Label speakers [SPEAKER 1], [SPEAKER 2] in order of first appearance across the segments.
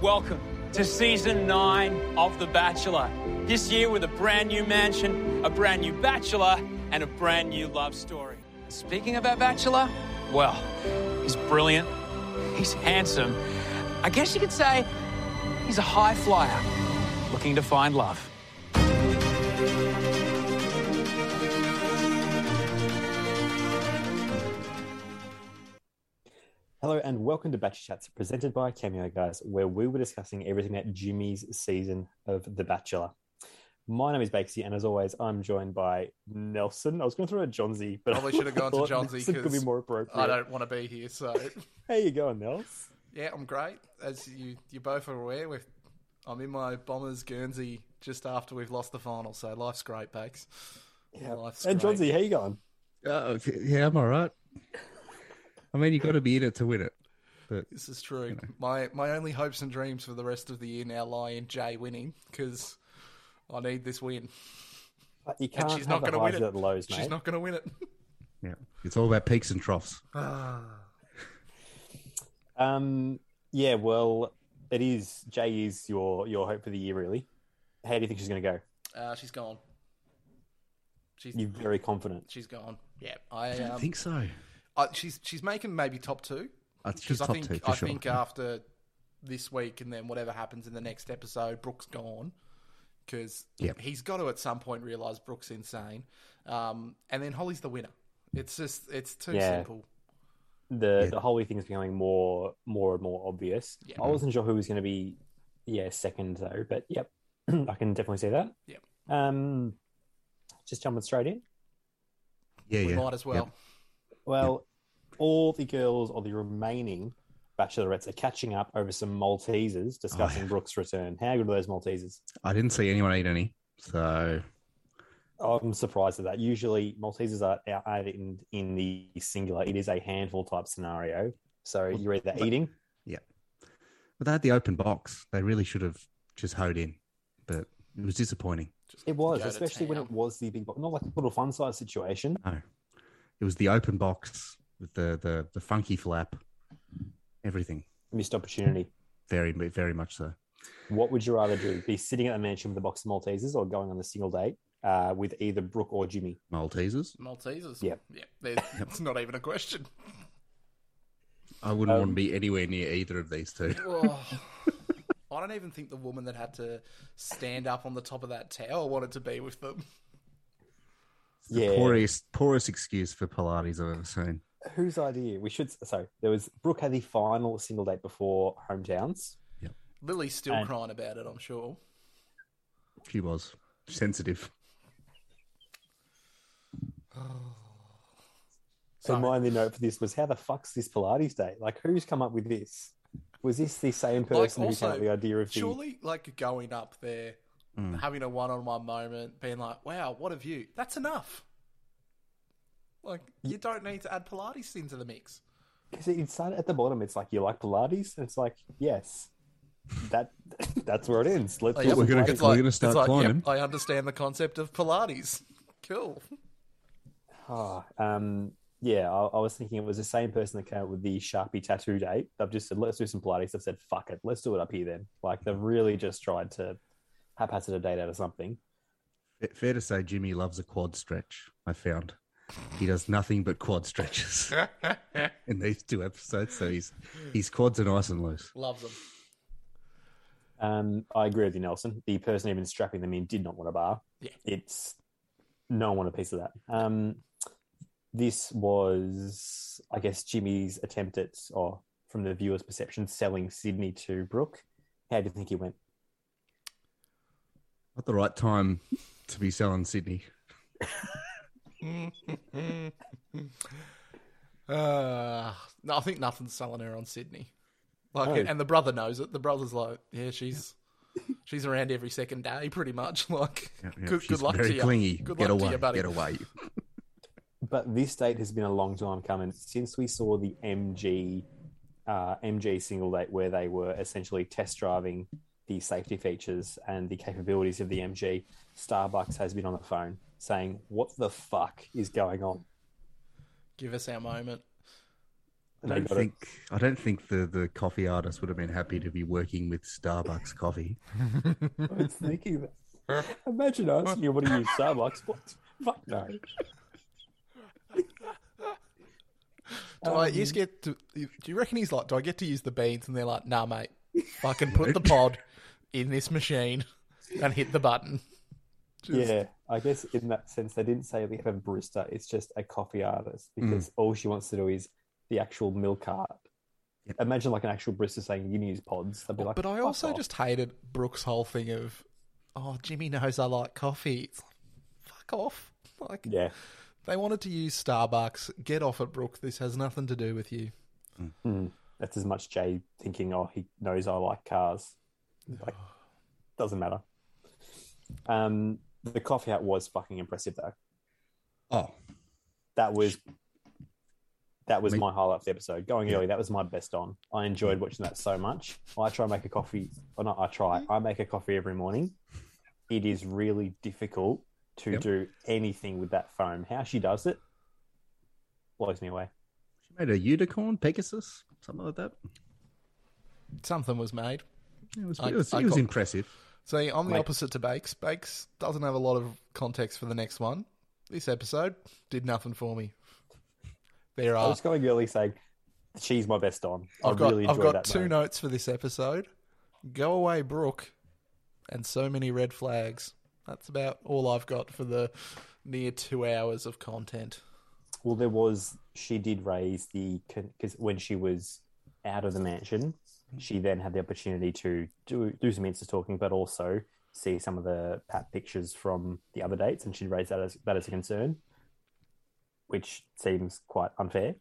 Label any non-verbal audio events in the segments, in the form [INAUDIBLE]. [SPEAKER 1] welcome to season nine of The Bachelor. This year with a brand new mansion, a brand new bachelor, and a brand new love story. Speaking of our bachelor, well, he's brilliant, he's handsome. I guess you could say he's a high flyer looking to find love.
[SPEAKER 2] Hello and welcome to Batch Chats, presented by Cameo Guys, where we were discussing everything at Jimmy's season of The Bachelor. My name is Bakesy, and as always, I'm joined by Nelson. I was going to throw a Johnsy, but
[SPEAKER 3] Probably should have gone to
[SPEAKER 2] thought
[SPEAKER 3] Johnsy
[SPEAKER 2] Nelson could be
[SPEAKER 3] 'cause
[SPEAKER 2] more appropriate.
[SPEAKER 3] I don't want to be here. So,
[SPEAKER 2] How you going, Nels?
[SPEAKER 3] yeah, I'm great. As you you both are aware, we've, I'm in my Bombers Guernsey just after we've lost the final. So life's great, Bakes. Life's
[SPEAKER 2] And
[SPEAKER 3] Oh, great.
[SPEAKER 2] Johnsy, how you going?
[SPEAKER 4] Oh, okay. yeah, I'm all right. I mean, you got to be in it to win it. But
[SPEAKER 3] This is true. My my only hopes and dreams for the rest of the year now lie in Jay winning because I need this win.
[SPEAKER 2] But Uh, You can't
[SPEAKER 3] she's not
[SPEAKER 2] have the
[SPEAKER 3] gonna win
[SPEAKER 2] highs
[SPEAKER 3] it.
[SPEAKER 2] and lows, mate.
[SPEAKER 3] She's not going to win it. [LAUGHS]
[SPEAKER 4] yeah, it's all about peaks and troughs.
[SPEAKER 2] Um, yeah, well, it is. Jay is your your hope for the year, really. How do you think she's going to go?
[SPEAKER 3] Uh, she's gone. She's
[SPEAKER 2] You're very confident.
[SPEAKER 3] she's gone. Yeah, I,
[SPEAKER 4] I don't
[SPEAKER 3] um,
[SPEAKER 4] think so.
[SPEAKER 3] I she's she's making maybe top two.
[SPEAKER 4] Uh,
[SPEAKER 3] Because
[SPEAKER 4] She's
[SPEAKER 3] I
[SPEAKER 4] top
[SPEAKER 3] think
[SPEAKER 4] two for
[SPEAKER 3] I
[SPEAKER 4] sure.
[SPEAKER 3] think after this week and then whatever happens in the next episode, Brooks gone because
[SPEAKER 4] Yep.
[SPEAKER 3] he's got to at some point realize Brooks insane, um, and then Holly's the winner. It's just it's too
[SPEAKER 2] Yeah.
[SPEAKER 3] simple.
[SPEAKER 2] The
[SPEAKER 4] Yeah.
[SPEAKER 2] the holy thing is becoming more more and more obvious.
[SPEAKER 3] Yeah.
[SPEAKER 2] I wasn't sure who was going to be, yeah, second though. But yep, [CLEARS THROAT] I can definitely see that.
[SPEAKER 3] Yep.
[SPEAKER 2] Um, just jumping straight in.
[SPEAKER 4] yeah,
[SPEAKER 3] we
[SPEAKER 4] yeah.
[SPEAKER 3] might as well.
[SPEAKER 2] Well, all the girls or the remaining bachelorettes are catching up over some Maltesers discussing Brooks' return. How good are those Maltesers?
[SPEAKER 4] I didn't see anyone eat any, so
[SPEAKER 2] I'm surprised at that. Usually, Maltesers are out are in in the singular. It is a handful type scenario. So
[SPEAKER 4] Well,
[SPEAKER 2] you're either
[SPEAKER 4] but-
[SPEAKER 2] eating.
[SPEAKER 4] but they had the open box. They really should have just hoed in, but it was disappointing.
[SPEAKER 3] Just
[SPEAKER 2] It was,
[SPEAKER 3] go to
[SPEAKER 2] especially when
[SPEAKER 3] town.
[SPEAKER 2] it was the big box, not like a little fun size situation.
[SPEAKER 4] No, it was the open box with the the, the funky flap, everything.
[SPEAKER 2] Missed opportunity.
[SPEAKER 4] Very very much so.
[SPEAKER 2] What would you rather do? Be sitting at the mansion with a box of Maltesers, or going on a single date uh, with either Brooke or Jimmy?
[SPEAKER 4] Maltesers.
[SPEAKER 3] Maltesers.
[SPEAKER 2] Yep.
[SPEAKER 3] Yep. there's- [LAUGHS] It's not even a
[SPEAKER 4] [LAUGHS]
[SPEAKER 3] question.
[SPEAKER 4] I wouldn't
[SPEAKER 2] Um,
[SPEAKER 4] want to be anywhere near either of these two.
[SPEAKER 3] Oh, I don't even think the woman that had to stand up on the top of that tower wanted to be with them.
[SPEAKER 4] The
[SPEAKER 2] Yeah.
[SPEAKER 4] poorest, poorest excuse for Pilates I've ever seen.
[SPEAKER 2] Whose idea? We should. So there was Brooke had the final single date before hometowns.
[SPEAKER 3] Lily's still
[SPEAKER 2] And-
[SPEAKER 3] crying about it. I'm
[SPEAKER 4] [SIGHS]
[SPEAKER 3] sure. [SIGHS]
[SPEAKER 4] She was sensitive.
[SPEAKER 2] So
[SPEAKER 4] Oh.
[SPEAKER 3] Sorry.
[SPEAKER 2] my only note for this was how the fuck's this Pilates date? Like who's come up with this? Was this the same person who
[SPEAKER 3] also,
[SPEAKER 2] came up with the idea of the?
[SPEAKER 3] Surely, like going up there,
[SPEAKER 4] Mm.
[SPEAKER 3] having a one-on-one moment, being like, "Wow, what have you?" That's enough. Like you don't need to add Pilates into the mix.
[SPEAKER 2] Because it started at the bottom. It's like you like Pilates, and it's like yes, that [LAUGHS] that's where it ends. Let's
[SPEAKER 3] Like,
[SPEAKER 2] do
[SPEAKER 4] Well, we're
[SPEAKER 2] some
[SPEAKER 4] gonna
[SPEAKER 2] Pilates.
[SPEAKER 4] get We're gonna start
[SPEAKER 3] yep,
[SPEAKER 4] climbing.
[SPEAKER 3] I understand the concept of Pilates. [LAUGHS] Cool.
[SPEAKER 2] Ah, um, yeah, I, I was thinking it was the same person that came up with the Sharpie tattoo date. They've just said let's do some Pilates. They've said fuck it, let's do it up here then. Like they've really just tried to haphazard a date out of something.
[SPEAKER 4] Fa- Fair to say, Jimmy loves a quad stretch. I found he does nothing but quad stretches [LAUGHS] in these two episodes. So his his quads are nice and loose.
[SPEAKER 3] Loves them.
[SPEAKER 2] Um, I agree with you, Nelson. The person even strapping them in did not want a bar.
[SPEAKER 3] Yeah.
[SPEAKER 2] It's no one want a piece of that. Um, this was, I guess, Jimmy's attempt at, or from the viewer's perception, selling Sydney to Brooke. How do you think he went?
[SPEAKER 4] Not the right time to be selling Sydney.
[SPEAKER 3] Uh, no, I think nothing's selling her on Sydney. Like,
[SPEAKER 2] No.
[SPEAKER 3] and the brother knows it. The brother's like, yeah, she's she's around every second day, pretty much. [LAUGHS] Like,
[SPEAKER 4] Yeah, yeah,
[SPEAKER 3] good,
[SPEAKER 4] she's
[SPEAKER 3] good luck
[SPEAKER 4] very
[SPEAKER 3] to you.
[SPEAKER 4] clingy.
[SPEAKER 3] Good
[SPEAKER 4] Get
[SPEAKER 3] luck
[SPEAKER 4] away,
[SPEAKER 3] to you, buddy. [LAUGHS]
[SPEAKER 4] get away.
[SPEAKER 2] But this date has been a long time coming since we saw the MG uh, MG single date, where they were essentially test driving the safety features and the capabilities of the MG. Starbucks has been on the phone saying, "What the fuck is going on?"
[SPEAKER 3] Give us our moment.
[SPEAKER 4] I
[SPEAKER 2] And they
[SPEAKER 4] don't
[SPEAKER 2] got it.
[SPEAKER 4] think I don't think the, the coffee artist would have been happy to be working with Starbucks coffee.
[SPEAKER 2] [LAUGHS] I was thinking that. Imagine asking you, what do you use Starbucks? What? Fuck no.
[SPEAKER 3] Do I you just get to? Do you reckon he's like? Do I get to use the beans? And they're like, Nah, mate. Fucking
[SPEAKER 4] [LAUGHS]
[SPEAKER 3] put the pod in this machine and hit the button. Just-
[SPEAKER 2] Yeah, I guess in that sense, they didn't say we have a barista. It's just a coffee artist
[SPEAKER 3] Mm.
[SPEAKER 2] because all she wants to do is the actual milk art.
[SPEAKER 4] Yep.
[SPEAKER 2] Imagine like an actual barista saying you can use pods. They'd be like,
[SPEAKER 3] Oh, but I
[SPEAKER 2] "Fuck
[SPEAKER 3] also
[SPEAKER 2] off."
[SPEAKER 3] just hated Brooks' whole thing of, oh, Jimmy knows I like coffee. It's like, fuck off. Like
[SPEAKER 2] yeah,
[SPEAKER 3] they wanted to use Starbucks. Get off it, Brooke. This has nothing to do with you.
[SPEAKER 2] that's as much Jay thinking. Oh, he knows I like
[SPEAKER 3] [SIGHS]
[SPEAKER 2] cars. Like, doesn't matter. Um, the coffee hat was fucking impressive though.
[SPEAKER 4] Oh,
[SPEAKER 2] That was that was
[SPEAKER 4] Me-
[SPEAKER 2] my highlight of the episode. Going early, that was my best on. I enjoyed watching that so much. I try and make a coffee, or not. I try.
[SPEAKER 3] Mm-hmm.
[SPEAKER 2] I make a coffee every morning. It is really difficult to
[SPEAKER 4] Yep.
[SPEAKER 2] do anything with that foam. How she does it blows me away.
[SPEAKER 4] she made a unicorn, Pegasus, something like that.
[SPEAKER 3] Something was made.
[SPEAKER 4] It was,
[SPEAKER 3] I-
[SPEAKER 4] it was,
[SPEAKER 3] I
[SPEAKER 4] it was
[SPEAKER 3] got-
[SPEAKER 4] impressive.
[SPEAKER 3] See, I'm the
[SPEAKER 2] Mate.
[SPEAKER 3] opposite to Bakes. Bakes doesn't have a lot of context for the next one. This episode did nothing for me. There
[SPEAKER 2] I
[SPEAKER 3] are.
[SPEAKER 2] was going early saying she's my best on. I
[SPEAKER 3] Uh, I've got,
[SPEAKER 2] really
[SPEAKER 3] I've
[SPEAKER 2] enjoyed
[SPEAKER 3] got
[SPEAKER 2] that.
[SPEAKER 3] two
[SPEAKER 2] moment.
[SPEAKER 3] notes for this episode. Go away, Brooke, and so many red flags. That's about all I've got for the near two hours of content.
[SPEAKER 2] Well, there was. She did raise the because when she was out of the mansion, she then had the opportunity to do do some insta talking, but also see some of the pat pictures from the other dates, and she raised that as that as a concern, which seems quite unfair.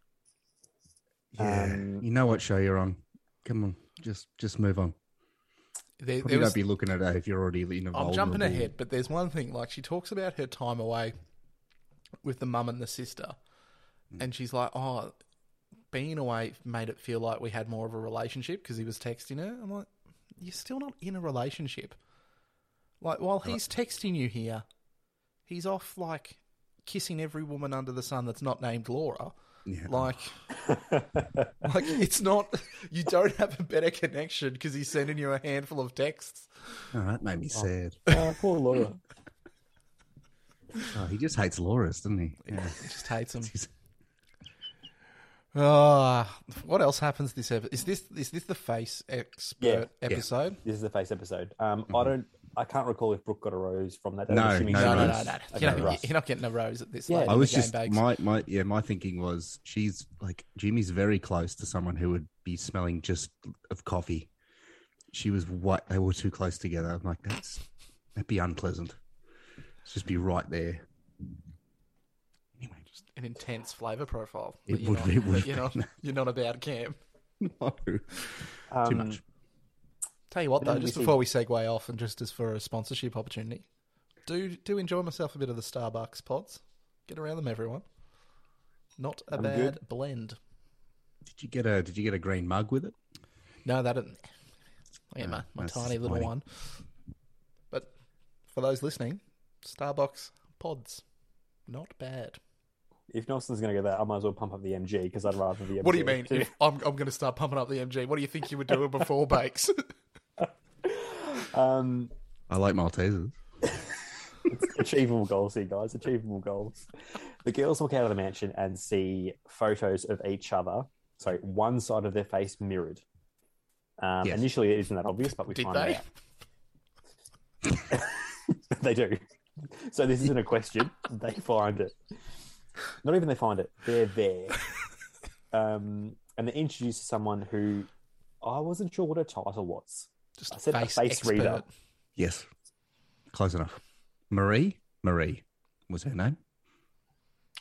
[SPEAKER 4] Yeah,
[SPEAKER 2] Um,
[SPEAKER 4] you know what show you're on. Come on, just just move on.
[SPEAKER 3] There,
[SPEAKER 4] Probably
[SPEAKER 3] there was,
[SPEAKER 4] don't be looking at her if you're already in a
[SPEAKER 3] I'm jumping
[SPEAKER 4] vulnerable-
[SPEAKER 3] ahead, but there's one thing. Like she talks about her time away with the mum and the sister, and she's like, "Oh, being away made it feel like we had more of a relationship because he was texting her." I'm like, "You're still not in a relationship. Like while he's texting you here, he's off like kissing every woman under the sun that's not named Laura."
[SPEAKER 4] Yeah.
[SPEAKER 3] Like, like it's not. You don't have a better connection because he's sending you a handful of texts.
[SPEAKER 4] Oh, that made me sad.
[SPEAKER 2] oh, poor Laura.
[SPEAKER 4] Oh, he just hates Laura's, doesn't he? Yeah.
[SPEAKER 3] He [LAUGHS] just hates him.
[SPEAKER 4] He's-
[SPEAKER 3] Ah, what else happens this episode? Is this is this the face expert
[SPEAKER 2] Yeah.
[SPEAKER 3] episode?
[SPEAKER 2] This is the face episode. Um, I don't. I can't recall if Brooke got a rose from that.
[SPEAKER 4] No,
[SPEAKER 2] I'm assuming
[SPEAKER 4] no
[SPEAKER 2] she
[SPEAKER 3] Mm-hmm. No, no,
[SPEAKER 2] did.
[SPEAKER 3] no,
[SPEAKER 4] Rose.
[SPEAKER 3] no.
[SPEAKER 2] Okay,
[SPEAKER 3] You're, not,
[SPEAKER 2] right.
[SPEAKER 3] you're not getting a rose at this.
[SPEAKER 2] Yeah.
[SPEAKER 3] late
[SPEAKER 2] I
[SPEAKER 4] I
[SPEAKER 3] in
[SPEAKER 4] was
[SPEAKER 3] the game,
[SPEAKER 4] just
[SPEAKER 3] Bakes.
[SPEAKER 4] my my yeah. My thinking was she's like Jimmy's very close to someone who would be smelling just of coffee. She was what they were too close together. I'm like that's that'd be unpleasant. Let's just be right there. Anyway, just [LAUGHS]
[SPEAKER 3] an intense flavor profile.
[SPEAKER 4] It
[SPEAKER 3] that you're
[SPEAKER 4] would-
[SPEAKER 3] not,
[SPEAKER 4] it
[SPEAKER 3] that
[SPEAKER 4] would
[SPEAKER 3] [LAUGHS]
[SPEAKER 4] be.
[SPEAKER 3] You're not, you're not about Cam.
[SPEAKER 4] no, too
[SPEAKER 2] Um,
[SPEAKER 4] much.
[SPEAKER 3] Tell you what, though,
[SPEAKER 2] then we
[SPEAKER 3] just
[SPEAKER 2] see-
[SPEAKER 3] before we segue off, and just as for a sponsorship opportunity, do do enjoy myself a bit of the Starbucks pods. Get around them, everyone. Not a bad
[SPEAKER 2] good.
[SPEAKER 3] blend.
[SPEAKER 4] Did you get a Did you get a green mug with it?
[SPEAKER 3] No, that didn't. Yeah, my, my
[SPEAKER 4] that's
[SPEAKER 3] tiny little
[SPEAKER 4] disappointing.
[SPEAKER 3] one. But for those listening, Starbucks pods, not bad.
[SPEAKER 2] If Nelson's going to go there, I might as well pump up the MG because I'd rather the. MG
[SPEAKER 3] What do you mean?
[SPEAKER 2] to-
[SPEAKER 3] If I'm, I'm going to start pumping up the MG. What do you think you were doing before bakes?
[SPEAKER 2] um,
[SPEAKER 4] I like Maltesers.
[SPEAKER 2] achievable goals here, guys. Achievable goals. The girls walk out of the mansion and see photos of each other. Sorry, one side of their face mirrored. Um,
[SPEAKER 4] Yes.
[SPEAKER 2] Initially, it isn't that obvious, but we
[SPEAKER 3] [LAUGHS] Did
[SPEAKER 2] find
[SPEAKER 3] they?
[SPEAKER 2] out [LAUGHS] they do. So this isn't a question. they find it. Not even they find it. They're there. Um, and they're introduced to someone who I wasn't sure what her title was.
[SPEAKER 3] Just
[SPEAKER 2] I said a face reader.
[SPEAKER 4] Yes, close enough. Marie, Marie was her name,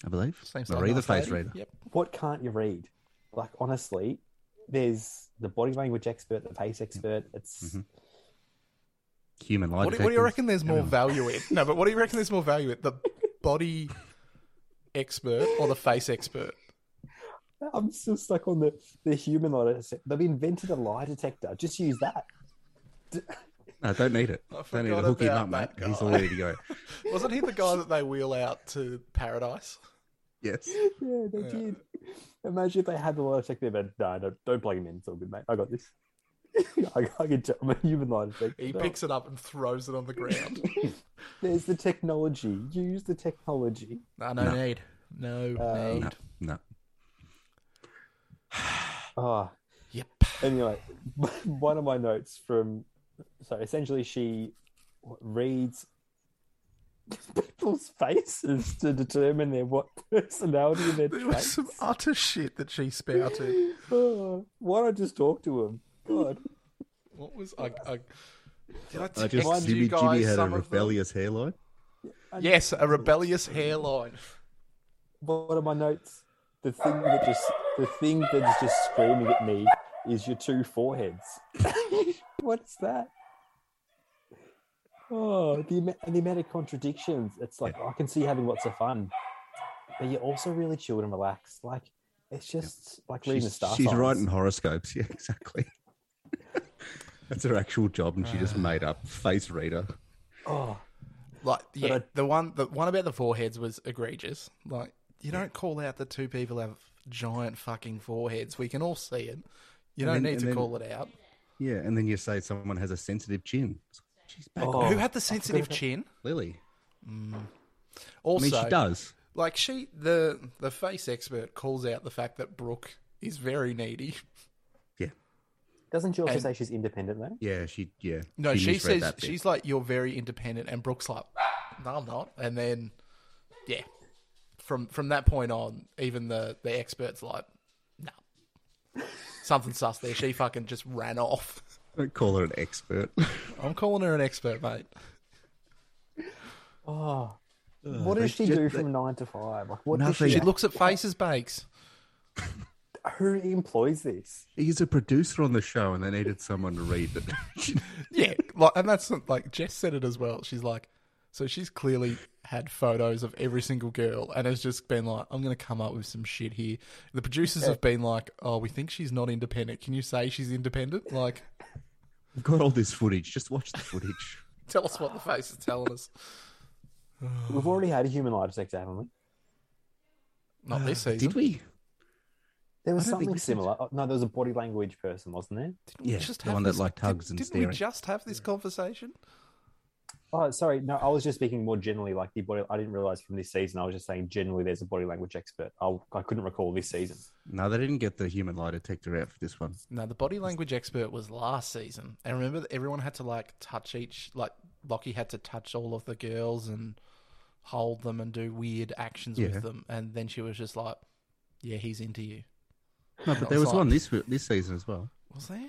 [SPEAKER 4] I believe.
[SPEAKER 3] Seems like a
[SPEAKER 4] Marie, the
[SPEAKER 3] nice
[SPEAKER 4] face
[SPEAKER 3] lady.
[SPEAKER 4] reader.
[SPEAKER 3] Yep.
[SPEAKER 2] what can't you read? Like honestly, there's the body language expert, the face expert.
[SPEAKER 3] Mm-hmm.
[SPEAKER 2] It's
[SPEAKER 4] Human life.
[SPEAKER 3] What do, what do you reckon there's
[SPEAKER 4] [LAUGHS]
[SPEAKER 3] more value in? No, but what do you reckon there's more value in? The body expert or the face expert?
[SPEAKER 2] [LAUGHS] I'm still stuck on the the human lie detector. They've invented a lie detector. Just use that. [LAUGHS]
[SPEAKER 4] No, don't need it. Don't need to
[SPEAKER 3] forgot
[SPEAKER 4] hook him
[SPEAKER 3] about
[SPEAKER 4] up, mate.
[SPEAKER 3] that
[SPEAKER 4] He's
[SPEAKER 3] guy.
[SPEAKER 4] all ready to go.
[SPEAKER 3] Wasn't he the guy that they wheel out to paradise? [LAUGHS]
[SPEAKER 4] Yes.
[SPEAKER 2] Yeah, they
[SPEAKER 3] Yeah.
[SPEAKER 2] did. Imagine if they had the lie detector, but no, don't, don't plug him in. It's all good, mate. I got this. [LAUGHS] I, I can tell. I'm a human lie detector.
[SPEAKER 3] He
[SPEAKER 2] No.
[SPEAKER 3] picks it up and throws it on the ground.
[SPEAKER 2] There's the technology. Use the technology.
[SPEAKER 3] no, no, need. No
[SPEAKER 2] Uh,
[SPEAKER 3] need.
[SPEAKER 4] No, no.
[SPEAKER 2] Ah,
[SPEAKER 3] Yep.
[SPEAKER 2] anyway, [LAUGHS] one of my notes from so essentially she reads people's faces to determine their what personality [LAUGHS] and their
[SPEAKER 3] There was
[SPEAKER 2] traits.
[SPEAKER 3] some utter shit that she spouted.
[SPEAKER 2] Oh, why don't I just talk to him? God,
[SPEAKER 3] What was I? I did I
[SPEAKER 4] I
[SPEAKER 3] text
[SPEAKER 4] just
[SPEAKER 3] you
[SPEAKER 4] Jimmy,
[SPEAKER 3] guys
[SPEAKER 4] Jimmy had a
[SPEAKER 3] some of them?
[SPEAKER 4] rebellious hairline.
[SPEAKER 3] Yes, a rebellious hairline.
[SPEAKER 2] one of my notes. The thing that just the thing that's just screaming at me is your two foreheads. [LAUGHS] What's that? Oh, the, ama- the amount of contradictions. It's like I can see you having lots of fun, but you're also really chilled and relaxed. Like it's just like reading the
[SPEAKER 4] She's,
[SPEAKER 2] star.
[SPEAKER 4] she's
[SPEAKER 2] signs.
[SPEAKER 4] writing horoscopes. [LAUGHS] Yeah, exactly. That's her actual job, and she
[SPEAKER 3] Ah.
[SPEAKER 4] just made up face reader.
[SPEAKER 2] Oh,
[SPEAKER 3] Like yeah,
[SPEAKER 2] I-
[SPEAKER 3] the one the one about the foreheads was egregious. Like you don't call out that two people have giant fucking foreheads. We can all see it. You don't
[SPEAKER 4] then-
[SPEAKER 3] need
[SPEAKER 4] and
[SPEAKER 3] to
[SPEAKER 4] then-
[SPEAKER 3] call it out.
[SPEAKER 4] Yeah, and then you say someone has a sensitive chin. She's back
[SPEAKER 2] Oh.
[SPEAKER 4] off,
[SPEAKER 3] Who had the
[SPEAKER 4] [LAUGHS]
[SPEAKER 3] sensitive
[SPEAKER 2] about-
[SPEAKER 3] chin?
[SPEAKER 4] Lily. I
[SPEAKER 3] Also,
[SPEAKER 4] mean, she does.
[SPEAKER 3] like she the the face expert calls out the fact that Brooke is very needy.
[SPEAKER 4] Yeah,
[SPEAKER 2] doesn't she also
[SPEAKER 3] And-
[SPEAKER 2] say she's independent though?
[SPEAKER 4] yeah, she. Yeah,
[SPEAKER 3] No, she,
[SPEAKER 4] misread
[SPEAKER 3] says
[SPEAKER 4] that bit.
[SPEAKER 3] she's like you're very independent, and Brooke's like, no, I'm not. And then, yeah, from from that point on, even the the experts like, no, something sus there. She fucking just ran off.
[SPEAKER 4] Don't call her an expert.
[SPEAKER 3] I'm calling her an expert, mate.
[SPEAKER 2] Oh, what does she
[SPEAKER 4] just-
[SPEAKER 2] do from nine to five? Like what does
[SPEAKER 4] Nothing.
[SPEAKER 2] she?
[SPEAKER 3] She looks at faces, bakes.
[SPEAKER 2] Who employs this?
[SPEAKER 4] [LAUGHS] He's a producer on the show, and they needed someone to read it. [LAUGHS]
[SPEAKER 3] Yeah, [LAUGHS] like, and that's like Jess said it as well. She's like, so she's clearly had photos of every single girl and has just been like, I'm going to come up with some shit here. The producers have been like, oh, we think she's not independent. Can you say she's independent? Like,
[SPEAKER 4] We've got all this footage. Just watch the footage.
[SPEAKER 3] tell us what the face is telling us.
[SPEAKER 2] We've already had a human lie detector, haven't we?
[SPEAKER 3] Not this season.
[SPEAKER 4] [SIGHS] Did we?
[SPEAKER 2] There was
[SPEAKER 4] I don't think
[SPEAKER 2] something
[SPEAKER 4] we said-
[SPEAKER 2] similar. Oh, no, there was a body language person, wasn't there?
[SPEAKER 3] Didn't we
[SPEAKER 4] Yeah,
[SPEAKER 3] just
[SPEAKER 4] the
[SPEAKER 3] have
[SPEAKER 4] one that
[SPEAKER 3] this-
[SPEAKER 4] liked hugs
[SPEAKER 3] did,
[SPEAKER 4] and
[SPEAKER 3] Didn't we
[SPEAKER 4] staring.
[SPEAKER 3] just have this conversation?
[SPEAKER 2] Oh, sorry. No, I was just speaking more generally. Like the body, I didn't realize from this season. I was just saying generally. There's a body language expert. I, I couldn't recall this season.
[SPEAKER 4] No, they didn't get the human lie detector out for this one.
[SPEAKER 3] No, the body language expert was last season. And remember that everyone had to like touch each like Lockie had to touch all of the girls and hold them and do weird actions
[SPEAKER 4] Yeah.
[SPEAKER 3] with them and then she was just like, Yeah, he's into you.
[SPEAKER 4] No, but there was
[SPEAKER 3] Outside.
[SPEAKER 4] one this this season as well.
[SPEAKER 3] Was there?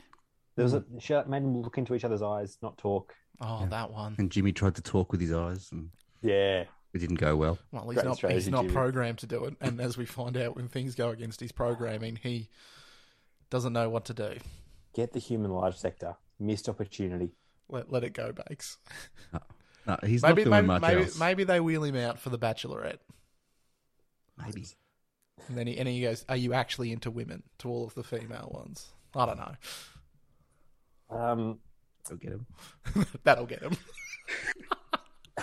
[SPEAKER 2] There was a
[SPEAKER 4] Hmm.
[SPEAKER 2] she made them look into each other's eyes, not talk.
[SPEAKER 3] Oh, that
[SPEAKER 4] [LAUGHS]
[SPEAKER 3] one.
[SPEAKER 4] And Jimmy tried to talk with his eyes, and
[SPEAKER 2] Yeah.
[SPEAKER 4] it didn't go well.
[SPEAKER 3] Well, he's
[SPEAKER 2] Great
[SPEAKER 3] not he's
[SPEAKER 2] strategy,
[SPEAKER 3] not
[SPEAKER 2] Jimmy.
[SPEAKER 3] programmed to do it. And as we find out when things go against his programming, he doesn't know what to do.
[SPEAKER 2] Get the human lie detector. Missed opportunity.
[SPEAKER 3] Let let it go, Bakes.
[SPEAKER 4] No, he's
[SPEAKER 3] Maybe
[SPEAKER 4] not doing
[SPEAKER 3] maybe
[SPEAKER 4] much
[SPEAKER 3] maybe,
[SPEAKER 4] else.
[SPEAKER 3] maybe they wheel him out for the Bachelorette.
[SPEAKER 4] Maybe.
[SPEAKER 3] And then he, and he goes, "Are you actually into women?" To all of the female ones. I don't know.
[SPEAKER 2] Um,
[SPEAKER 4] Go get him.
[SPEAKER 3] That'll get him. [LAUGHS]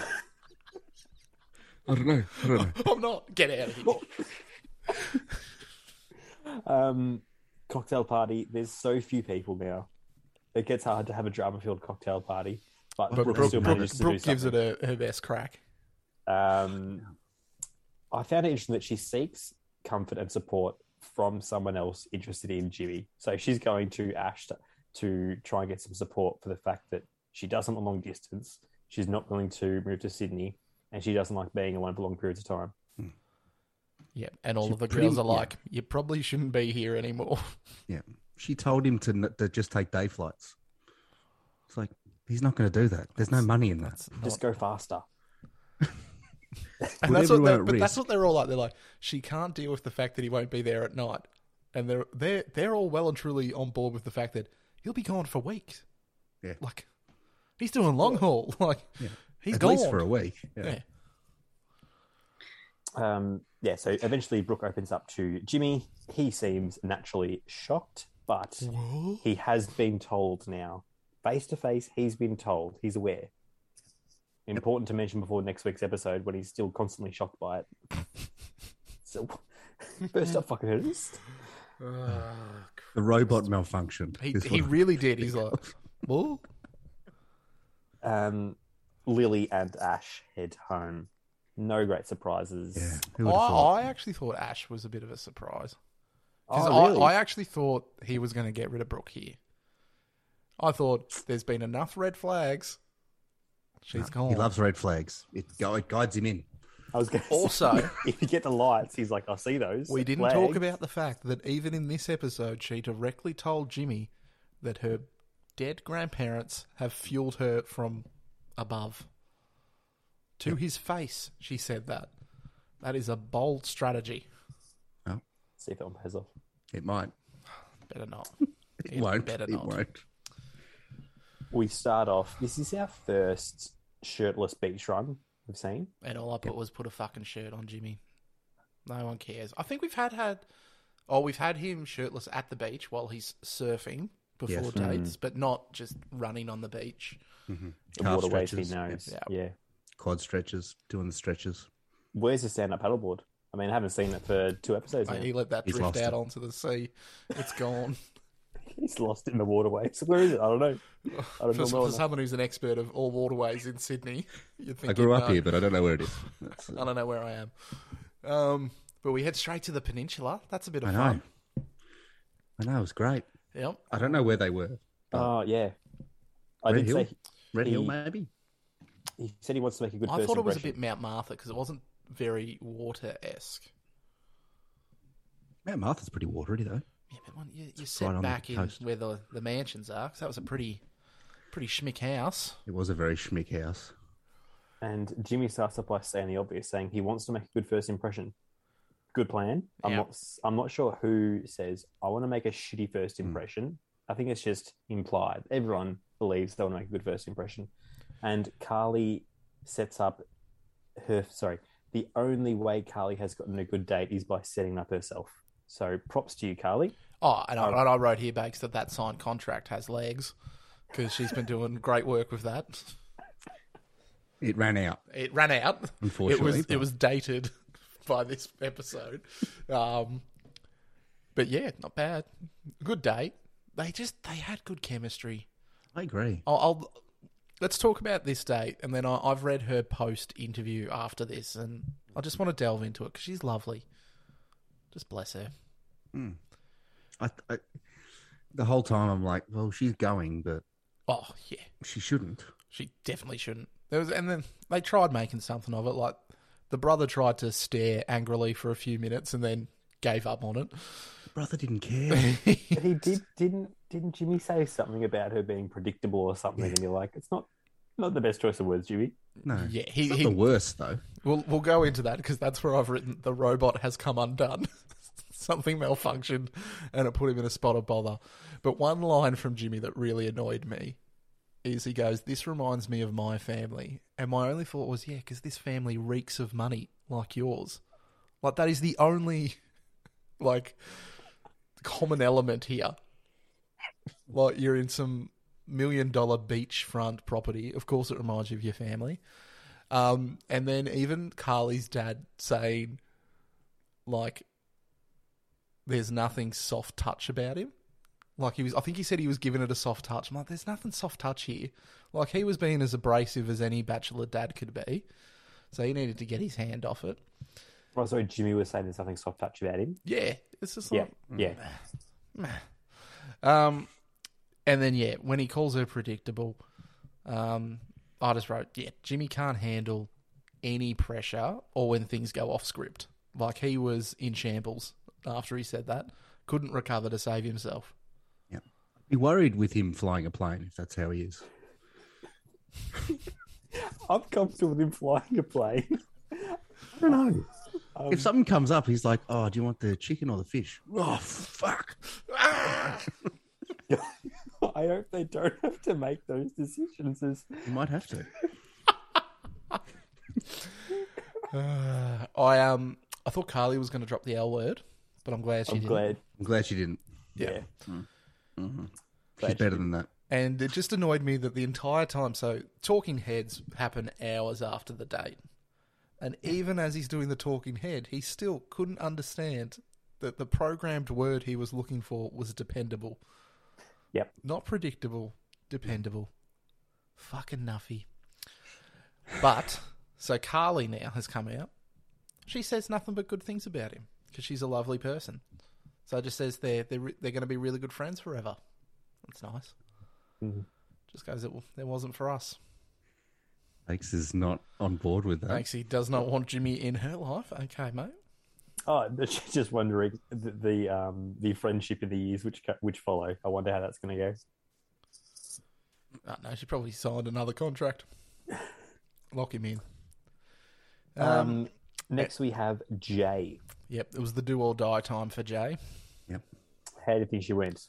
[SPEAKER 4] I don't know. I don't know.
[SPEAKER 3] I'm not. Get out of here.
[SPEAKER 2] um, cocktail party. There's so few people now. It gets hard to have a drama-filled cocktail party, but
[SPEAKER 3] But
[SPEAKER 2] Brooke,
[SPEAKER 3] Brooke,
[SPEAKER 2] still
[SPEAKER 3] Brooke-
[SPEAKER 2] manages to do
[SPEAKER 3] Brooke
[SPEAKER 2] something.
[SPEAKER 3] gives it her, her best crack.
[SPEAKER 2] Um, I found it interesting that she seeks comfort and support from someone else interested in Jimmy. So she's going to Ash to, to try and get some support for the fact that she doesn't want long distance. She's not willing to move to Sydney, and she doesn't like being alone for long periods of time.
[SPEAKER 3] Yeah, and all
[SPEAKER 4] She
[SPEAKER 3] of the
[SPEAKER 4] pretty-
[SPEAKER 3] girls are
[SPEAKER 4] yeah.
[SPEAKER 3] like, "You probably shouldn't be here anymore."
[SPEAKER 4] [LAUGHS]
[SPEAKER 3] [LAUGHS]
[SPEAKER 4] Yeah, she told him to, n- to just take day flights. It's like he's not going to do that. There's no money in that.
[SPEAKER 3] Not-
[SPEAKER 2] Just go faster.
[SPEAKER 3] and
[SPEAKER 4] put
[SPEAKER 3] that's what.
[SPEAKER 4] everyone
[SPEAKER 3] They're,
[SPEAKER 4] at
[SPEAKER 3] but that's
[SPEAKER 4] risk.
[SPEAKER 3] what they're all like. They're like, "She can't deal with the fact that he won't be there at night," and they're they're they're all well and truly on board with the fact that he'll be gone for weeks.
[SPEAKER 4] Yeah.
[SPEAKER 3] like he's doing long haul. [LAUGHS] Like he's
[SPEAKER 4] At
[SPEAKER 3] gone
[SPEAKER 4] least for a week. Yeah.
[SPEAKER 3] Yeah.
[SPEAKER 2] Um, yeah, so eventually Brooke opens up to Jimmy. He seems naturally shocked, but he has been told now, face to face, he's been told, he's aware.
[SPEAKER 3] [LAUGHS]
[SPEAKER 2] Important to mention before next week's episode when he's still constantly shocked by it. So, [LAUGHS] burst up fucking hurdles.
[SPEAKER 4] The robot malfunctioned.
[SPEAKER 3] He,
[SPEAKER 4] is
[SPEAKER 3] he
[SPEAKER 4] what I-
[SPEAKER 3] really
[SPEAKER 4] [LAUGHS]
[SPEAKER 3] did. He's like, well,
[SPEAKER 2] Um, Lily and Ash head home. No great surprises.
[SPEAKER 4] yeah, who
[SPEAKER 3] I,
[SPEAKER 4] would have thought?
[SPEAKER 3] I actually thought Ash was a bit of a surprise. 'Cause
[SPEAKER 2] Oh, really?
[SPEAKER 3] I, I actually thought he was going to get rid of Brooke here. I thought there's been enough red flags. She's gone.
[SPEAKER 4] He loves red flags. It, gu- it guides him in.
[SPEAKER 2] I was going
[SPEAKER 3] [LAUGHS] Also-
[SPEAKER 2] [LAUGHS] if you get the lights, he's like, I see those.
[SPEAKER 3] We didn't
[SPEAKER 2] flags."
[SPEAKER 3] talk about the fact that even in this episode, she directly told Jimmy that her dead grandparents have fueled her from above. To his face, she said that. That is a bold strategy.
[SPEAKER 2] See if that one pays off.
[SPEAKER 4] It might.
[SPEAKER 3] Better not.
[SPEAKER 4] [LAUGHS] It, won't.
[SPEAKER 3] better
[SPEAKER 4] it
[SPEAKER 3] not.
[SPEAKER 4] won't.
[SPEAKER 2] We start off. This is our first shirtless beach run we've seen.
[SPEAKER 3] And all I put was put a fucking shirt on Jimmy. No one cares. I think we've had had, oh, we've had him shirtless at the beach while he's surfing before
[SPEAKER 4] Yes. Mm.
[SPEAKER 3] dates, but not just running on the beach.
[SPEAKER 2] The
[SPEAKER 4] Calf
[SPEAKER 2] waterways he
[SPEAKER 4] stretches, yeah.
[SPEAKER 2] knows.
[SPEAKER 3] Yeah.
[SPEAKER 2] yeah.
[SPEAKER 4] Quad stretches, doing the stretches.
[SPEAKER 2] Where's the stand up paddleboard? I mean, I haven't seen it for two episodes.
[SPEAKER 3] Mate,
[SPEAKER 2] now. [LAUGHS]
[SPEAKER 3] he let that
[SPEAKER 4] He's
[SPEAKER 3] drift
[SPEAKER 4] lost
[SPEAKER 3] out
[SPEAKER 4] it.
[SPEAKER 3] onto the sea. It's
[SPEAKER 4] [LAUGHS]
[SPEAKER 3] gone.
[SPEAKER 2] He's lost it in the waterways. Where is it? I don't know. I
[SPEAKER 3] [LAUGHS]
[SPEAKER 2] don't
[SPEAKER 3] for,
[SPEAKER 2] know.
[SPEAKER 3] for someone who's an expert of all waterways in Sydney, [LAUGHS] you'd think
[SPEAKER 4] I grew
[SPEAKER 3] he'd
[SPEAKER 4] up
[SPEAKER 3] know.
[SPEAKER 4] here, but I don't know where it is. That's-
[SPEAKER 3] I don't know where I am. Um, but we head straight to the peninsula. That's a bit of
[SPEAKER 4] [LAUGHS] I know.
[SPEAKER 3] fun.
[SPEAKER 4] I know. It was great.
[SPEAKER 3] Yep.
[SPEAKER 4] I don't know where they were.
[SPEAKER 2] Oh yeah, I
[SPEAKER 4] Red
[SPEAKER 2] did
[SPEAKER 4] Hill?
[SPEAKER 2] say
[SPEAKER 4] Red Hill,
[SPEAKER 2] He-
[SPEAKER 4] maybe.
[SPEAKER 2] he, he said he wants to make a good.
[SPEAKER 3] I
[SPEAKER 2] first
[SPEAKER 3] thought it was a
[SPEAKER 2] impression.
[SPEAKER 3] bit Mount Martha because it wasn't very water esque.
[SPEAKER 4] Mount Martha's pretty watery though.
[SPEAKER 3] Yeah, but when you, you
[SPEAKER 4] right
[SPEAKER 3] set
[SPEAKER 4] on the
[SPEAKER 3] back in
[SPEAKER 4] coast.
[SPEAKER 3] where the, the mansions are because that was a pretty, pretty schmick house.
[SPEAKER 4] It was a very schmick house.
[SPEAKER 2] And Jimmy starts off by saying the obvious, saying he wants to make a good first impression. Good plan. I'm
[SPEAKER 3] Yeah.
[SPEAKER 2] not. I'm not sure who says I want to make a shitty first impression. I think it's just implied. Everyone believes they want to make a good first impression, and Carly sets up her. Sorry, the only way Carly has gotten a good date is by setting up herself. So props to you, Carly.
[SPEAKER 3] Oh, and I, and I wrote here, Bakes, that that signed contract has legs because she's been doing great work with that.
[SPEAKER 4] It ran out.
[SPEAKER 3] It ran out.
[SPEAKER 4] Unfortunately,
[SPEAKER 3] it was
[SPEAKER 4] but-
[SPEAKER 3] it was dated [LAUGHS] by this episode. Um, but yeah, not bad. Good date. They just they had good chemistry.
[SPEAKER 4] I agree.
[SPEAKER 3] I'll, I'll let's talk about this date, and then I, I've read her post interview after this, and I just want to delve into it because she's lovely. Just bless her.
[SPEAKER 4] I, I, the whole time I'm like, well, she's going, but
[SPEAKER 3] Oh yeah,
[SPEAKER 4] she shouldn't.
[SPEAKER 3] she definitely shouldn't. There was, and then they tried making something of it. Like the brother tried to stare angrily for a few minutes, and then gave up on it.
[SPEAKER 4] Brother didn't care.
[SPEAKER 3] [LAUGHS]
[SPEAKER 2] But he did didn't didn't Jimmy say something about her being predictable or something? And you're like, it's not not the best choice of words, Jimmy.
[SPEAKER 4] No,
[SPEAKER 3] Yeah, he,
[SPEAKER 4] It's not
[SPEAKER 3] he
[SPEAKER 4] the worst though.
[SPEAKER 3] We'll we'll go into that because that's where I've written the robot has come undone. [LAUGHS] Something malfunctioned, and it put him in a spot of bother. But one line from Jimmy that really annoyed me is he goes, "This reminds me of my family," and my only thought was, "Yeah, because this family reeks of money like yours. Like that is the only [LAUGHS] like common element here. Like you're in some million dollar beachfront property. Of course, it reminds you of your family." Um, and then even Carly's dad saying, like, there's nothing soft touch about him. Like he was, I think he said he was giving it a soft touch. I'm like, there's nothing soft touch here. Like he was being as abrasive as any bachelor dad could be. So he needed to get his hand off it.
[SPEAKER 2] Oh, sorry, Jimmy was saying there's nothing soft touch about him.
[SPEAKER 3] Yeah, it's just
[SPEAKER 2] Yeah,
[SPEAKER 3] like,
[SPEAKER 2] yeah.
[SPEAKER 4] Mm.
[SPEAKER 3] um, and then yeah, when he calls her predictable, um, I just wrote, yeah, Jimmy can't handle any pressure or when things go off script. Like he was in shambles after he said that, couldn't recover to save himself.
[SPEAKER 4] Be worried with him flying a plane if that's how he is.
[SPEAKER 2] I'm comfortable with him flying a plane. [LAUGHS]
[SPEAKER 4] I don't know. if something comes up, he's like, "Oh, do you want the chicken or the fish?" Oh, fuck!
[SPEAKER 2] I hope they don't have to make those decisions. It's-
[SPEAKER 4] [LAUGHS] You might have to.
[SPEAKER 3] I um, I thought Carly was going to drop the L word, but I'm glad she
[SPEAKER 2] I'm
[SPEAKER 3] didn't.
[SPEAKER 2] glad.
[SPEAKER 4] I'm glad she didn't. Mm-hmm.
[SPEAKER 2] Yeah.
[SPEAKER 4] She's better than that.
[SPEAKER 3] And it just annoyed me that the entire time, so talking heads happen hours after the date. And even as he's doing the talking head, he still couldn't understand that the programmed word he was looking for was dependable.
[SPEAKER 2] Yep.
[SPEAKER 3] Not predictable, dependable. Fucking nuffy. But, so Carly now has come out. She says nothing but good things about him because she's a lovely person. So it just says they're, they're, re- they're going to be really good friends forever. That's nice.
[SPEAKER 2] Mhm.
[SPEAKER 3] Just goes, it, it wasn't for us.
[SPEAKER 4] Alex is not on board with that.
[SPEAKER 3] Maxie does not want Jimmy in her life. Okay, mate.
[SPEAKER 2] Oh, just just wondering the, the um the friendship of the years which co- which follow. I wonder how that's going to go.
[SPEAKER 3] Oh, no, she probably signed another contract. [LAUGHS] Lock him in. Um,
[SPEAKER 2] Um, next we have Jay.
[SPEAKER 3] yep, it was the do or die time for Jay.
[SPEAKER 4] Yep.
[SPEAKER 2] How do you think she went?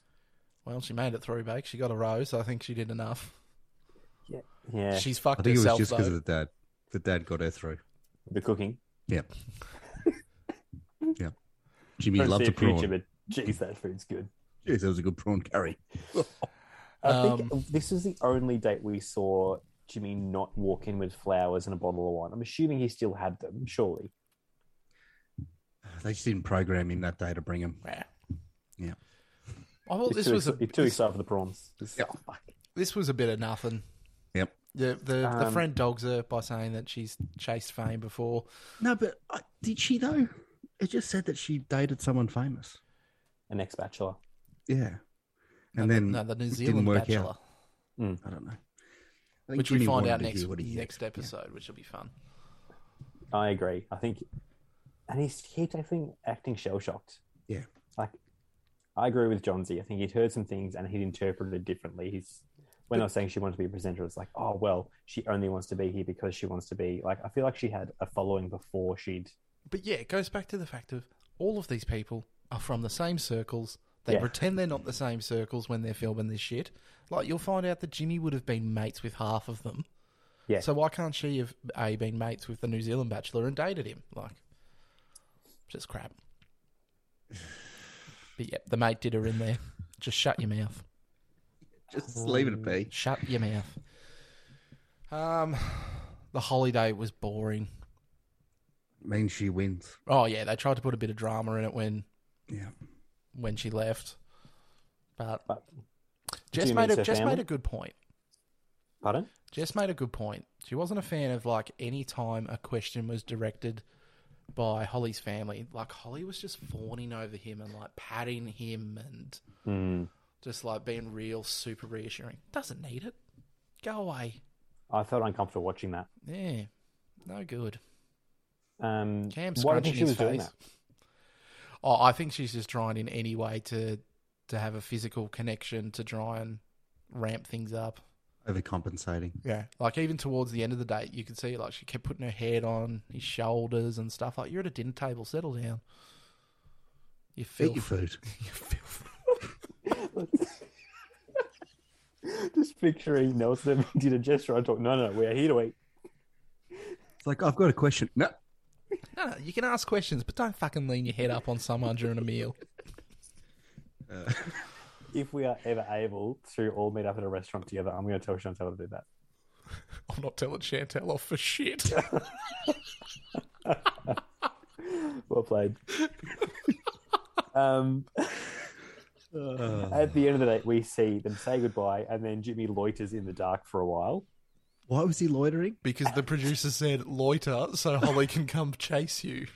[SPEAKER 3] Well, she made it through, Bake. She got a rose. I think she did enough.
[SPEAKER 2] Yeah,
[SPEAKER 3] She's
[SPEAKER 4] I
[SPEAKER 3] fucked
[SPEAKER 4] think it was
[SPEAKER 3] herself,
[SPEAKER 4] just because
[SPEAKER 3] though.
[SPEAKER 4] of the dad. The dad got her through.
[SPEAKER 2] the cooking.
[SPEAKER 4] [LAUGHS] Yep. yep. Jimmy
[SPEAKER 2] Don't
[SPEAKER 4] loved
[SPEAKER 2] see
[SPEAKER 4] a
[SPEAKER 2] a future,
[SPEAKER 4] prawn.
[SPEAKER 2] but geez, that food's good.
[SPEAKER 4] Jeez, that was a good prawn curry.
[SPEAKER 2] I
[SPEAKER 3] Um,
[SPEAKER 2] think this is the only date we saw Jimmy not walk in with flowers and a bottle of wine. I'm assuming he still had them, surely.
[SPEAKER 4] They just didn't program him that day to bring him.
[SPEAKER 3] Yeah.
[SPEAKER 4] Yeah.
[SPEAKER 3] I
[SPEAKER 2] He's
[SPEAKER 3] thought Oh, this
[SPEAKER 2] too
[SPEAKER 3] was a
[SPEAKER 2] exci- he's too excited for the prawns.
[SPEAKER 4] Yeah.
[SPEAKER 2] Oh, fuck.
[SPEAKER 3] this was a bit of nothing.
[SPEAKER 4] Yep.
[SPEAKER 3] The the, the
[SPEAKER 2] Um,
[SPEAKER 3] friend dogs her by saying that she's chased fame before.
[SPEAKER 4] No, but uh, did she though? It just said that she dated someone famous.
[SPEAKER 2] An ex bachelor.
[SPEAKER 4] Yeah.
[SPEAKER 3] No,
[SPEAKER 4] And
[SPEAKER 3] the-
[SPEAKER 4] then
[SPEAKER 3] no, the New
[SPEAKER 4] it
[SPEAKER 3] Zealand
[SPEAKER 4] didn't work
[SPEAKER 3] Bachelor,
[SPEAKER 4] out. I don't know. I think
[SPEAKER 3] which
[SPEAKER 4] Jimmy
[SPEAKER 3] we find
[SPEAKER 4] wanted
[SPEAKER 3] out
[SPEAKER 4] to
[SPEAKER 3] next
[SPEAKER 4] hear what he
[SPEAKER 3] next
[SPEAKER 4] did.
[SPEAKER 3] episode, which will be fun.
[SPEAKER 2] I agree. I think, and he's keeps acting, acting shell shocked.
[SPEAKER 4] Yeah.
[SPEAKER 2] Like, I agree with John Z. I think he'd heard some things and he'd interpreted differently. He's when I was saying she wanted to be a presenter, it's like, oh well, she only wants to be here because she wants to be. Like, I feel like she had a following before she'd.
[SPEAKER 3] But yeah, it goes back to the fact of all of these people are from the same circles. They
[SPEAKER 2] Yeah.
[SPEAKER 3] pretend they're not the same circles when they're filming this shit. Like you'll find out that Jimmy would have been mates with half of them.
[SPEAKER 2] Yeah.
[SPEAKER 3] So why can't she have a been mates with the New Zealand bachelor and dated him? Like, just crap. [SIGHS] But yeah, the mate did her in there. Just shut your mouth.
[SPEAKER 4] Yeah. Just leave it be.
[SPEAKER 3] Shut your mouth. Um, the holiday was boring.
[SPEAKER 4] Means she wins.
[SPEAKER 3] Oh yeah, they tried to put a bit of drama in it when
[SPEAKER 4] Yeah.
[SPEAKER 3] when she left. But,
[SPEAKER 2] But-
[SPEAKER 3] Jess
[SPEAKER 2] you
[SPEAKER 3] made
[SPEAKER 2] mean
[SPEAKER 3] a,
[SPEAKER 2] her
[SPEAKER 3] Jess
[SPEAKER 2] family?
[SPEAKER 3] made a good point.
[SPEAKER 2] Pardon?
[SPEAKER 3] Jess made a good point. She wasn't a fan of like any time a question was directed by Holly's family. Like Holly was just fawning over him and like patting him and
[SPEAKER 2] Hmm.
[SPEAKER 3] just like being real super reassuring. Doesn't need it. Go away.
[SPEAKER 2] I felt uncomfortable watching that.
[SPEAKER 3] Yeah. No good.
[SPEAKER 2] Um,
[SPEAKER 3] Cam
[SPEAKER 2] why do you think
[SPEAKER 3] scrunching
[SPEAKER 2] she
[SPEAKER 3] his
[SPEAKER 2] was doing
[SPEAKER 3] face.
[SPEAKER 2] that?
[SPEAKER 3] Oh, I think she's just trying in any way to to have a physical connection to try and ramp things up.
[SPEAKER 4] Overcompensating.
[SPEAKER 3] Yeah. Like even towards the end of the date, you could see like she kept putting her head on his shoulders and stuff. Like you're at a dinner table, settle down. You
[SPEAKER 4] Eat
[SPEAKER 3] feel
[SPEAKER 4] your food.
[SPEAKER 3] [LAUGHS]
[SPEAKER 2] [LAUGHS] Just picturing Nelson did a gesture. I talk. No, no, we're here to eat.
[SPEAKER 4] It's like I've got a question. No.
[SPEAKER 3] No, no, you can ask questions, but don't fucking lean your head up on someone during a [LAUGHS] meal.
[SPEAKER 2] If we are ever able to all meet up at a restaurant together, I'm going to tell Chantel to do that.
[SPEAKER 3] I'm not telling Chantel off for shit.
[SPEAKER 2] Well
[SPEAKER 3] [LAUGHS]
[SPEAKER 2] played. um,
[SPEAKER 3] Uh.
[SPEAKER 2] at the end of the day, we see them say goodbye, and then Jimmy loiters in the dark for a while.
[SPEAKER 4] Why was he loitering?
[SPEAKER 3] [LAUGHS] because the producer said loiter so Holly can come chase you.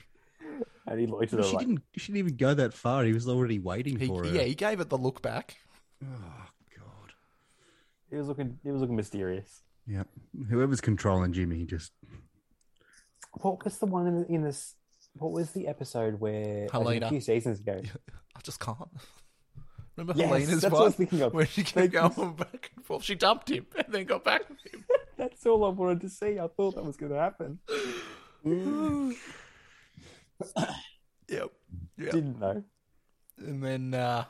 [SPEAKER 2] And he loiters.
[SPEAKER 4] she
[SPEAKER 2] like,
[SPEAKER 4] didn't. She didn't even go that far. He was already waiting
[SPEAKER 3] He,
[SPEAKER 4] for her.
[SPEAKER 3] yeah, he gave it the look back.
[SPEAKER 4] Oh God.
[SPEAKER 2] It was looking. It was looking mysterious.
[SPEAKER 4] Yeah. Whoever's controlling Jimmy just
[SPEAKER 2] What was the one in, in this? What was the episode where? I think
[SPEAKER 3] Helena.
[SPEAKER 2] A few seasons ago.
[SPEAKER 3] I just can't. Remember
[SPEAKER 2] Yes,
[SPEAKER 3] [LAUGHS] Helena's
[SPEAKER 2] that's
[SPEAKER 3] one?
[SPEAKER 2] what I was
[SPEAKER 3] [LAUGHS]
[SPEAKER 2] thinking of.
[SPEAKER 3] Where she kept going back and forth. She dumped him and then got back with him.
[SPEAKER 2] [LAUGHS] That's all I wanted to see. I thought that was going to happen.
[SPEAKER 3] Yep. Yep.
[SPEAKER 2] Didn't know.
[SPEAKER 3] and then uh,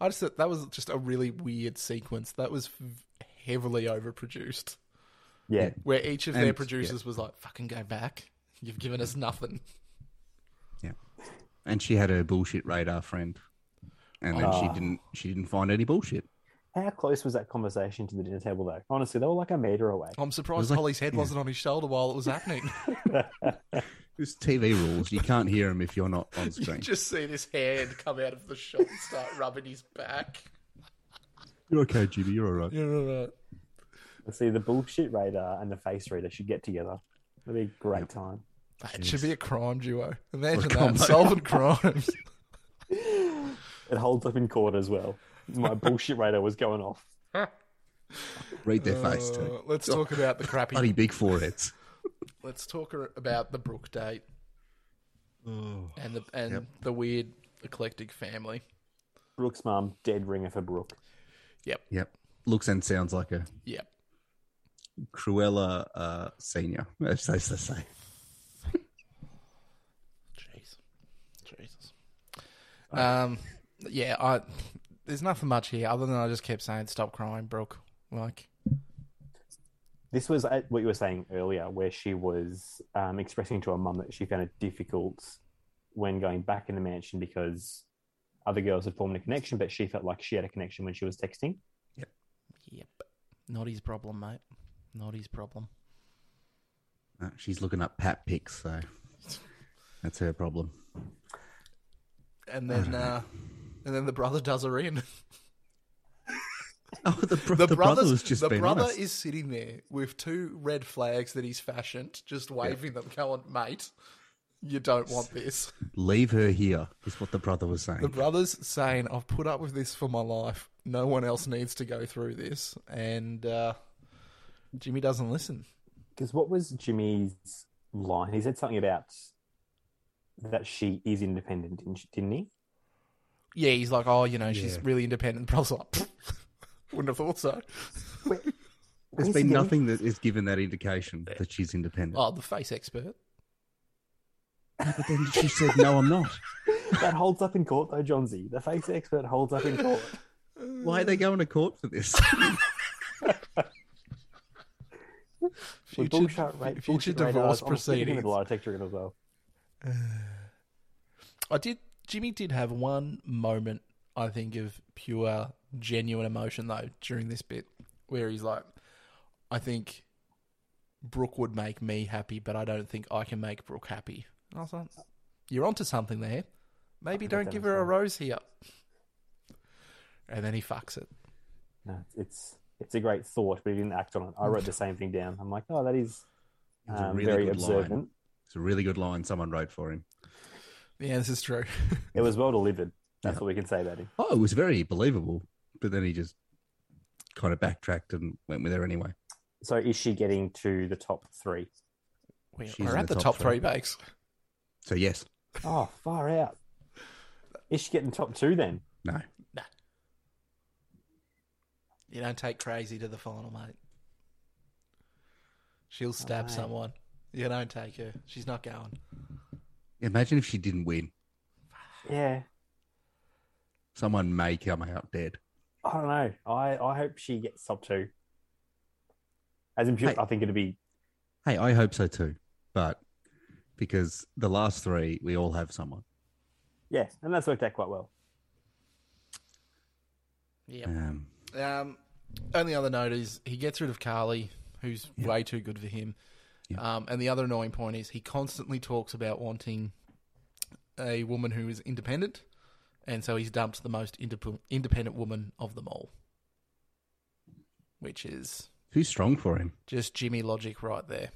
[SPEAKER 3] I just thought that was just a really weird sequence. That was v- heavily overproduced,
[SPEAKER 2] Yeah.
[SPEAKER 3] where each of their
[SPEAKER 4] And-
[SPEAKER 3] producers was like, "Fucking go back! You've given us nothing." Ah.
[SPEAKER 4] and she had her bullshit radar friend, and then she didn't. She didn't find any bullshit.
[SPEAKER 2] How close was that conversation to the dinner table, though? Honestly, they were like a meter away.
[SPEAKER 3] I'm surprised
[SPEAKER 4] like-
[SPEAKER 3] Holly's head
[SPEAKER 4] yeah.
[SPEAKER 3] wasn't on his shoulder while it was [LAUGHS] happening.
[SPEAKER 4] There's TV rules. You can't hear him if you're not on
[SPEAKER 3] you [LAUGHS]
[SPEAKER 4] screen.
[SPEAKER 3] just see this hand come out of the shot and start rubbing his back.
[SPEAKER 4] You're okay, Jimmy. You're all right.
[SPEAKER 3] You're all right.
[SPEAKER 2] Let's see, the bullshit radar and the face reader should get together. That'd be a great time.
[SPEAKER 3] It should be a crime duo. Imagine
[SPEAKER 4] combo.
[SPEAKER 3] that. Solving [LAUGHS] crimes.
[SPEAKER 2] It holds up in court as well. My bullshit radar was going off.
[SPEAKER 4] Read their face
[SPEAKER 3] Uh,
[SPEAKER 4] too.
[SPEAKER 3] let's talk about the crappy.
[SPEAKER 4] Bloody big foreheads.
[SPEAKER 3] Let's talk ar- about the Brook date and the and
[SPEAKER 4] Yep.
[SPEAKER 3] the weird eclectic family.
[SPEAKER 2] Brooke's mum, dead ringer for Brooke.
[SPEAKER 4] Yep. Looks and sounds like a
[SPEAKER 3] Yep.
[SPEAKER 4] Cruella uh, senior. [LAUGHS] That's safe to say.
[SPEAKER 3] Jeez. Jesus. Um. Yeah. I. There's nothing much here other than I just kept saying, "Stop crying, Brooke." Like.
[SPEAKER 2] This was at what you were saying earlier, where she was um, expressing to her mum that she found it difficult when going back in the mansion because other girls had formed a connection, but she felt like she had a connection when she was texting.
[SPEAKER 3] Yep. Not his problem, mate. Not his problem.
[SPEAKER 4] Uh, she's looking up pat pics, so that's her problem. [LAUGHS]
[SPEAKER 3] And then, uh, and then the brother does her in.
[SPEAKER 4] Oh, the, bro-
[SPEAKER 3] The, brother's,
[SPEAKER 4] the, brother was just
[SPEAKER 3] the
[SPEAKER 4] being
[SPEAKER 3] brother
[SPEAKER 4] honest.
[SPEAKER 3] is sitting there with two red flags that he's fashioned, just waving them, going, "Mate, you don't want this."
[SPEAKER 4] Leave her here, is what the brother was saying.
[SPEAKER 3] The brother's saying, "I've put up with this for my life. No one else needs to go through this." And uh, Jimmy doesn't listen.
[SPEAKER 2] Because what was Jimmy's line? He said something about that she is independent, didn't she- didn't he?
[SPEAKER 3] Yeah, he's like, "Oh, you know, she's
[SPEAKER 4] Yeah.
[SPEAKER 3] really independent." [LAUGHS] The brother's like, "Wouldn't have thought so."
[SPEAKER 2] [LAUGHS]
[SPEAKER 4] There's
[SPEAKER 2] Yes,
[SPEAKER 4] been
[SPEAKER 2] again.
[SPEAKER 4] nothing that is given that indication that she's independent.
[SPEAKER 3] Oh, the face expert.
[SPEAKER 4] But then she said, "No, I'm not."
[SPEAKER 2] That holds up in court, though, Johnsy. The face expert holds up in court.
[SPEAKER 4] Why are they going to court for [LAUGHS] this?
[SPEAKER 2] With
[SPEAKER 3] Future-
[SPEAKER 2] bullshit, ra-
[SPEAKER 3] future
[SPEAKER 2] bullshit radars,
[SPEAKER 3] divorce
[SPEAKER 2] I'm sticking
[SPEAKER 3] proceedings.
[SPEAKER 2] With lie detector in as well.
[SPEAKER 3] I did. Jimmy did have one moment, I think, of pure, genuine emotion though during this bit, where he's like, "I think Brooke would make me happy, but I don't think I can make Brooke happy." And I was like, "You're onto something there.
[SPEAKER 2] I
[SPEAKER 3] Maybe
[SPEAKER 2] heard
[SPEAKER 3] don't
[SPEAKER 2] that
[SPEAKER 3] give
[SPEAKER 2] as
[SPEAKER 3] her a
[SPEAKER 2] well.
[SPEAKER 3] rose here." And then he fucks it.
[SPEAKER 2] No, it's it's a great thought, but he didn't act on it. I wrote the same thing down. I'm like, oh, that is
[SPEAKER 4] It was a
[SPEAKER 2] um,
[SPEAKER 4] really
[SPEAKER 2] very
[SPEAKER 4] good
[SPEAKER 2] observant.
[SPEAKER 4] line. It's a really good line someone wrote for him.
[SPEAKER 3] Yeah, this is true. [LAUGHS]
[SPEAKER 2] It was well delivered. That's
[SPEAKER 4] Yeah.
[SPEAKER 2] what we can say about him.
[SPEAKER 4] Oh, it was very believable, but then he just kind of backtracked and went with her anyway.
[SPEAKER 2] So, is she getting to the top three?
[SPEAKER 3] We're,
[SPEAKER 4] She's
[SPEAKER 3] we're
[SPEAKER 4] in
[SPEAKER 3] at the, top three, bakes.
[SPEAKER 4] So yes,
[SPEAKER 2] Oh, far out. Is she getting top two then?
[SPEAKER 4] no,
[SPEAKER 3] You don't take crazy to the final, mate. She'll stab
[SPEAKER 2] Alright.
[SPEAKER 3] someone. You don't take her. She's not going.
[SPEAKER 4] Imagine if she didn't win.
[SPEAKER 2] Yeah,
[SPEAKER 4] Someone may come out dead.
[SPEAKER 2] I don't know. I, I hope she gets top two. As in, pure,
[SPEAKER 4] Hey.
[SPEAKER 2] I think it'd be
[SPEAKER 4] Hey, I hope so too. But because the last three, we all have someone.
[SPEAKER 2] yeah, and that's worked out quite well.
[SPEAKER 3] Yeah.
[SPEAKER 4] Um,
[SPEAKER 3] Um, only other note is he gets rid of Carly, who's way too good for him.
[SPEAKER 4] Yeah.
[SPEAKER 3] Um, and the other annoying point is he constantly talks about wanting a woman who is independent, and so he's dumped the most indep- independent woman of them all, which is
[SPEAKER 4] who's strong for him?
[SPEAKER 3] just Jimmy logic right there.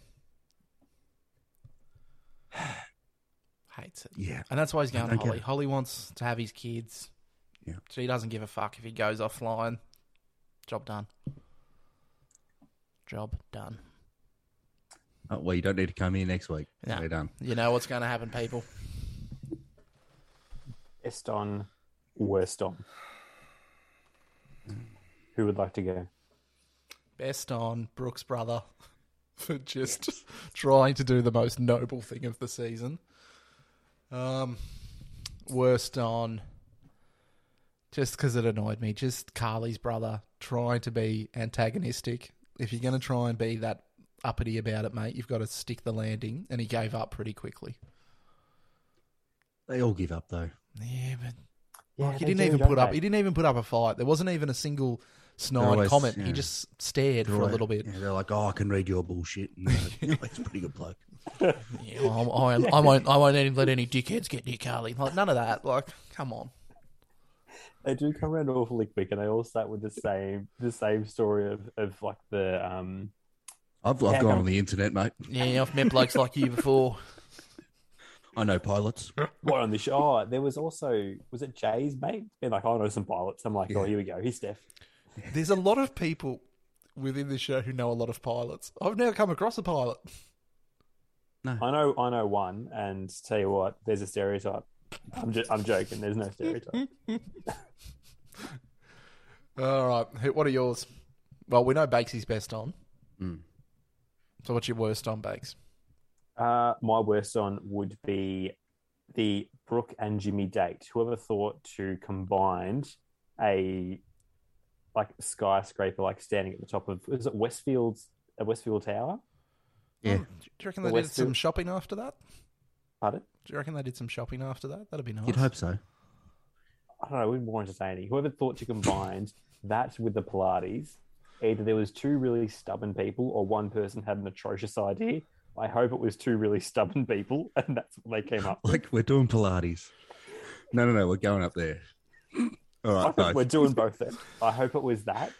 [SPEAKER 3] [SIGHS] Hates it.
[SPEAKER 4] Yeah.
[SPEAKER 3] And that's why he's going to
[SPEAKER 4] don't get
[SPEAKER 3] Holly.
[SPEAKER 4] it.
[SPEAKER 3] Holly wants to have his kids.
[SPEAKER 4] Yeah.
[SPEAKER 3] She doesn't give a fuck if he goes offline. Job done. Job done.
[SPEAKER 4] Oh, well, you don't need to come here next week.
[SPEAKER 3] No.
[SPEAKER 4] We're done.
[SPEAKER 3] You know what's going to happen, people.
[SPEAKER 2] Best on, worst on. Who would like to go?
[SPEAKER 3] Best on Brooks' brother [LAUGHS] for just [LAUGHS] trying to do the most noble thing of the season. Um, worst on just because it annoyed me. Just Carly's brother trying to be antagonistic. If you're going to try and be that uppity about it, mate, you've got to stick the landing. And he gave up pretty quickly.
[SPEAKER 4] They all give up though.
[SPEAKER 3] Yeah, but
[SPEAKER 2] Yeah,
[SPEAKER 3] he
[SPEAKER 2] they
[SPEAKER 3] didn't
[SPEAKER 2] do,
[SPEAKER 3] even
[SPEAKER 2] don't
[SPEAKER 3] put up.
[SPEAKER 2] they?
[SPEAKER 3] He didn't even put up a fight. There wasn't even a single snide
[SPEAKER 4] always-
[SPEAKER 3] comment.
[SPEAKER 4] yeah.
[SPEAKER 3] He just stared for a
[SPEAKER 4] Right.
[SPEAKER 3] little bit.
[SPEAKER 4] Yeah, they're like, oh, I can read your bullshit. And
[SPEAKER 3] [LAUGHS]
[SPEAKER 4] they're like, "No, it's a pretty good bloke.
[SPEAKER 3] Yeah, I'm- I, I won't. I won't even let any dickheads get near Carly. Like none of that. Like, come on.
[SPEAKER 2] they do come around awfully quick, and they all start with the same the same story of, of like the um
[SPEAKER 4] I've, I've
[SPEAKER 2] Yeah,
[SPEAKER 4] gone
[SPEAKER 2] come-
[SPEAKER 4] on the internet, mate.
[SPEAKER 3] Yeah, I've met blokes like you before.
[SPEAKER 4] I
[SPEAKER 3] [LAUGHS]
[SPEAKER 4] know pilots.
[SPEAKER 2] what on the show. Oh, there was also was it Jay's mate? Being like, oh, I know some pilots. I'm like, oh,
[SPEAKER 4] Yeah.
[SPEAKER 2] here we go. He's Steph.
[SPEAKER 3] There's a lot of people within the show who know a lot of pilots. I've never come across a pilot.
[SPEAKER 2] I know, I know one. And to tell you what, there's a stereotype. I'm ju- I'm joking. There's no stereotype.
[SPEAKER 3] All right, who- what are yours? Well, we know Bakesy's best on.
[SPEAKER 4] Mm.
[SPEAKER 3] So what's your worst on Bakes?
[SPEAKER 2] Uh, my worst on would be the Brooke and Jimmy date. Whoever thought to combine a like skyscraper, like standing at the top of is it Westfield's uh, Westfield Tower?
[SPEAKER 4] Yeah.
[SPEAKER 3] Hmm, do you reckon
[SPEAKER 2] The
[SPEAKER 3] they did
[SPEAKER 2] Westfield-
[SPEAKER 3] some shopping after that?
[SPEAKER 2] Pardon?
[SPEAKER 3] Do you reckon they did some shopping after that? That'd be nice.
[SPEAKER 4] You'd [LAUGHS] hope so.
[SPEAKER 2] I don't know. It would be more entertaining. Whoever thought to combine that with the Pilates, either there was two really stubborn people or one person had an atrocious idea. I hope it was two really stubborn people, [LAUGHS] and that's what they came up. with.
[SPEAKER 4] [LAUGHS] Like, we're doing Pilates. No, no, no. We're going up there. All
[SPEAKER 2] I
[SPEAKER 4] right,
[SPEAKER 2] think
[SPEAKER 4] both.
[SPEAKER 2] we're doing both. Then I hope it was that.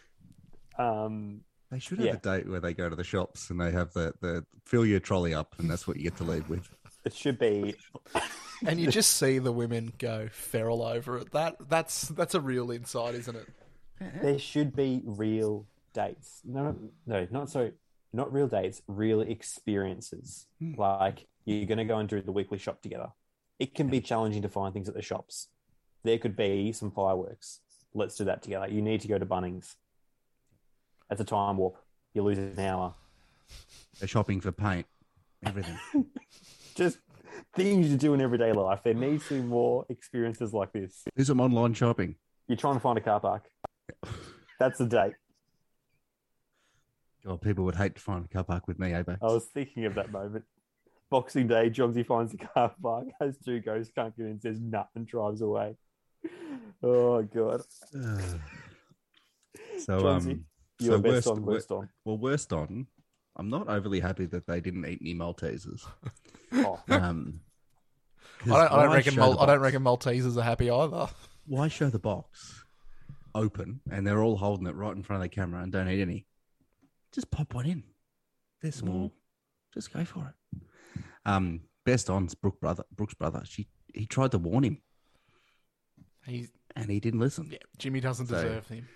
[SPEAKER 2] Um,
[SPEAKER 4] They should have
[SPEAKER 2] Yeah.
[SPEAKER 4] a date where they go to the shops and they have the, the fill your trolley up, and that's what you get to leave with.
[SPEAKER 2] it should be
[SPEAKER 3] And you just see the women go feral over it. That that's that's a real insight, isn't it?
[SPEAKER 2] there should be real dates. No, no, not so, not real dates, real experiences. Like you're going to go and do the weekly shop together. It can be challenging to find things at the shops. There could be some fireworks. Let's do that together. You need to go to Bunnings. That's a time warp. You lose an hour.
[SPEAKER 4] They're shopping for paint,
[SPEAKER 2] [LAUGHS]
[SPEAKER 4] everything.
[SPEAKER 2] Just things you do in everyday life. There needs to be more experiences like this.
[SPEAKER 4] Do some online shopping.
[SPEAKER 2] You're trying to find a car park. That's the date.
[SPEAKER 4] God, people would hate to find a car park with me, eh, Bax?
[SPEAKER 2] I was thinking of that moment. Boxing Day, Jonesy finds the car park, has two ghosts, can't get in, says nut and drives away. Oh god,
[SPEAKER 4] Ugh. [SIGHS] so,
[SPEAKER 2] Jonesy,
[SPEAKER 4] um,
[SPEAKER 2] you're
[SPEAKER 4] so
[SPEAKER 2] best
[SPEAKER 4] worst,
[SPEAKER 2] on, worst
[SPEAKER 4] [LAUGHS]
[SPEAKER 2] on.
[SPEAKER 4] well, worst on. I'm not overly happy that they didn't eat
[SPEAKER 2] [LAUGHS]
[SPEAKER 4] any Maltesers.
[SPEAKER 2] Oh,
[SPEAKER 4] Um,
[SPEAKER 3] I don't, I don't
[SPEAKER 4] why
[SPEAKER 3] reckon
[SPEAKER 4] show
[SPEAKER 3] Mal-
[SPEAKER 4] the
[SPEAKER 3] I don't
[SPEAKER 4] box?
[SPEAKER 3] reckon Maltesers are happy either.
[SPEAKER 4] Why show the box open and they're all holding it right in front of the camera and don't eat any? Just pop one in. They're
[SPEAKER 2] Mm.
[SPEAKER 4] small. Just go for it. Um, best on's Brooke brother, Brooke's brother. She he tried to warn him
[SPEAKER 3] He
[SPEAKER 4] and he didn't listen.
[SPEAKER 3] yeah, Jimmy doesn't
[SPEAKER 4] So-
[SPEAKER 3] deserve him.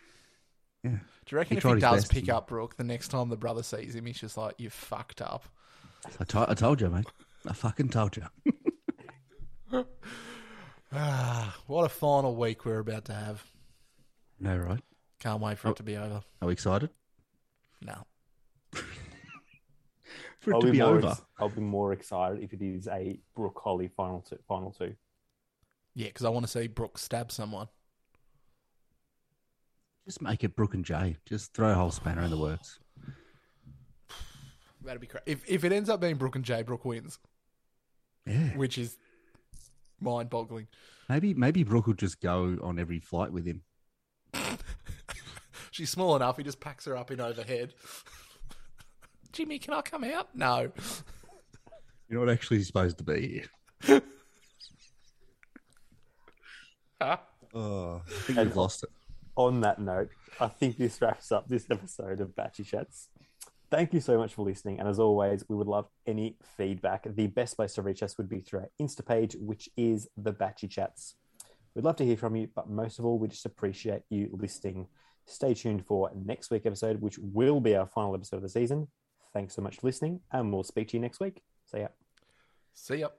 [SPEAKER 4] Yeah.
[SPEAKER 3] Do you reckon
[SPEAKER 4] He
[SPEAKER 3] if
[SPEAKER 4] tried
[SPEAKER 3] he
[SPEAKER 4] his
[SPEAKER 3] does
[SPEAKER 4] best
[SPEAKER 3] pick
[SPEAKER 4] and-
[SPEAKER 3] up Brooke, the next time the brother sees him, he's just like, "You fucked up."
[SPEAKER 4] I to- I told you, mate. I fucking
[SPEAKER 2] [LAUGHS]
[SPEAKER 4] told you.
[SPEAKER 3] Ah, what a final week we're about to have.
[SPEAKER 4] No, right?
[SPEAKER 3] Can't wait for it to be over.
[SPEAKER 4] Are we excited?
[SPEAKER 3] No.
[SPEAKER 4] For it
[SPEAKER 2] I'll
[SPEAKER 4] to
[SPEAKER 2] be,
[SPEAKER 4] be,
[SPEAKER 2] more.
[SPEAKER 4] over.
[SPEAKER 2] Ex- I'll be more excited if it is a Brook Holly final two. Final two.
[SPEAKER 3] Yeah, because I want to see Brooke stab someone.
[SPEAKER 4] Just make it Brooke and Jay. Just throw a whole spanner in
[SPEAKER 2] [LAUGHS]
[SPEAKER 4] the works.
[SPEAKER 3] That'd be great. If, if it ends up being Brooke and Jay, Brooke wins,
[SPEAKER 4] Yeah.
[SPEAKER 3] which is mind boggling.
[SPEAKER 4] Maybe maybe Brooke will just go on every flight with him.
[SPEAKER 3] She's small enough, he just packs her up in overhead. [LAUGHS] Jimmy, can I come out? No. [LAUGHS]
[SPEAKER 4] You're not actually supposed to be here.
[SPEAKER 3] Ah.
[SPEAKER 4] Oh, I think we've lost it.
[SPEAKER 2] On that note, I think this wraps up this episode of Batchy Chats. Thank you so much for listening. And as always, we would love any feedback. The best place to reach us would be through our Insta page, which is the Batchy Chats. We'd love to hear from you, but most of all, we just appreciate you listening. Stay tuned for next week's episode, which will be our final episode of the season. Thanks so much for listening, and we'll speak to you next week. See ya.
[SPEAKER 3] See ya.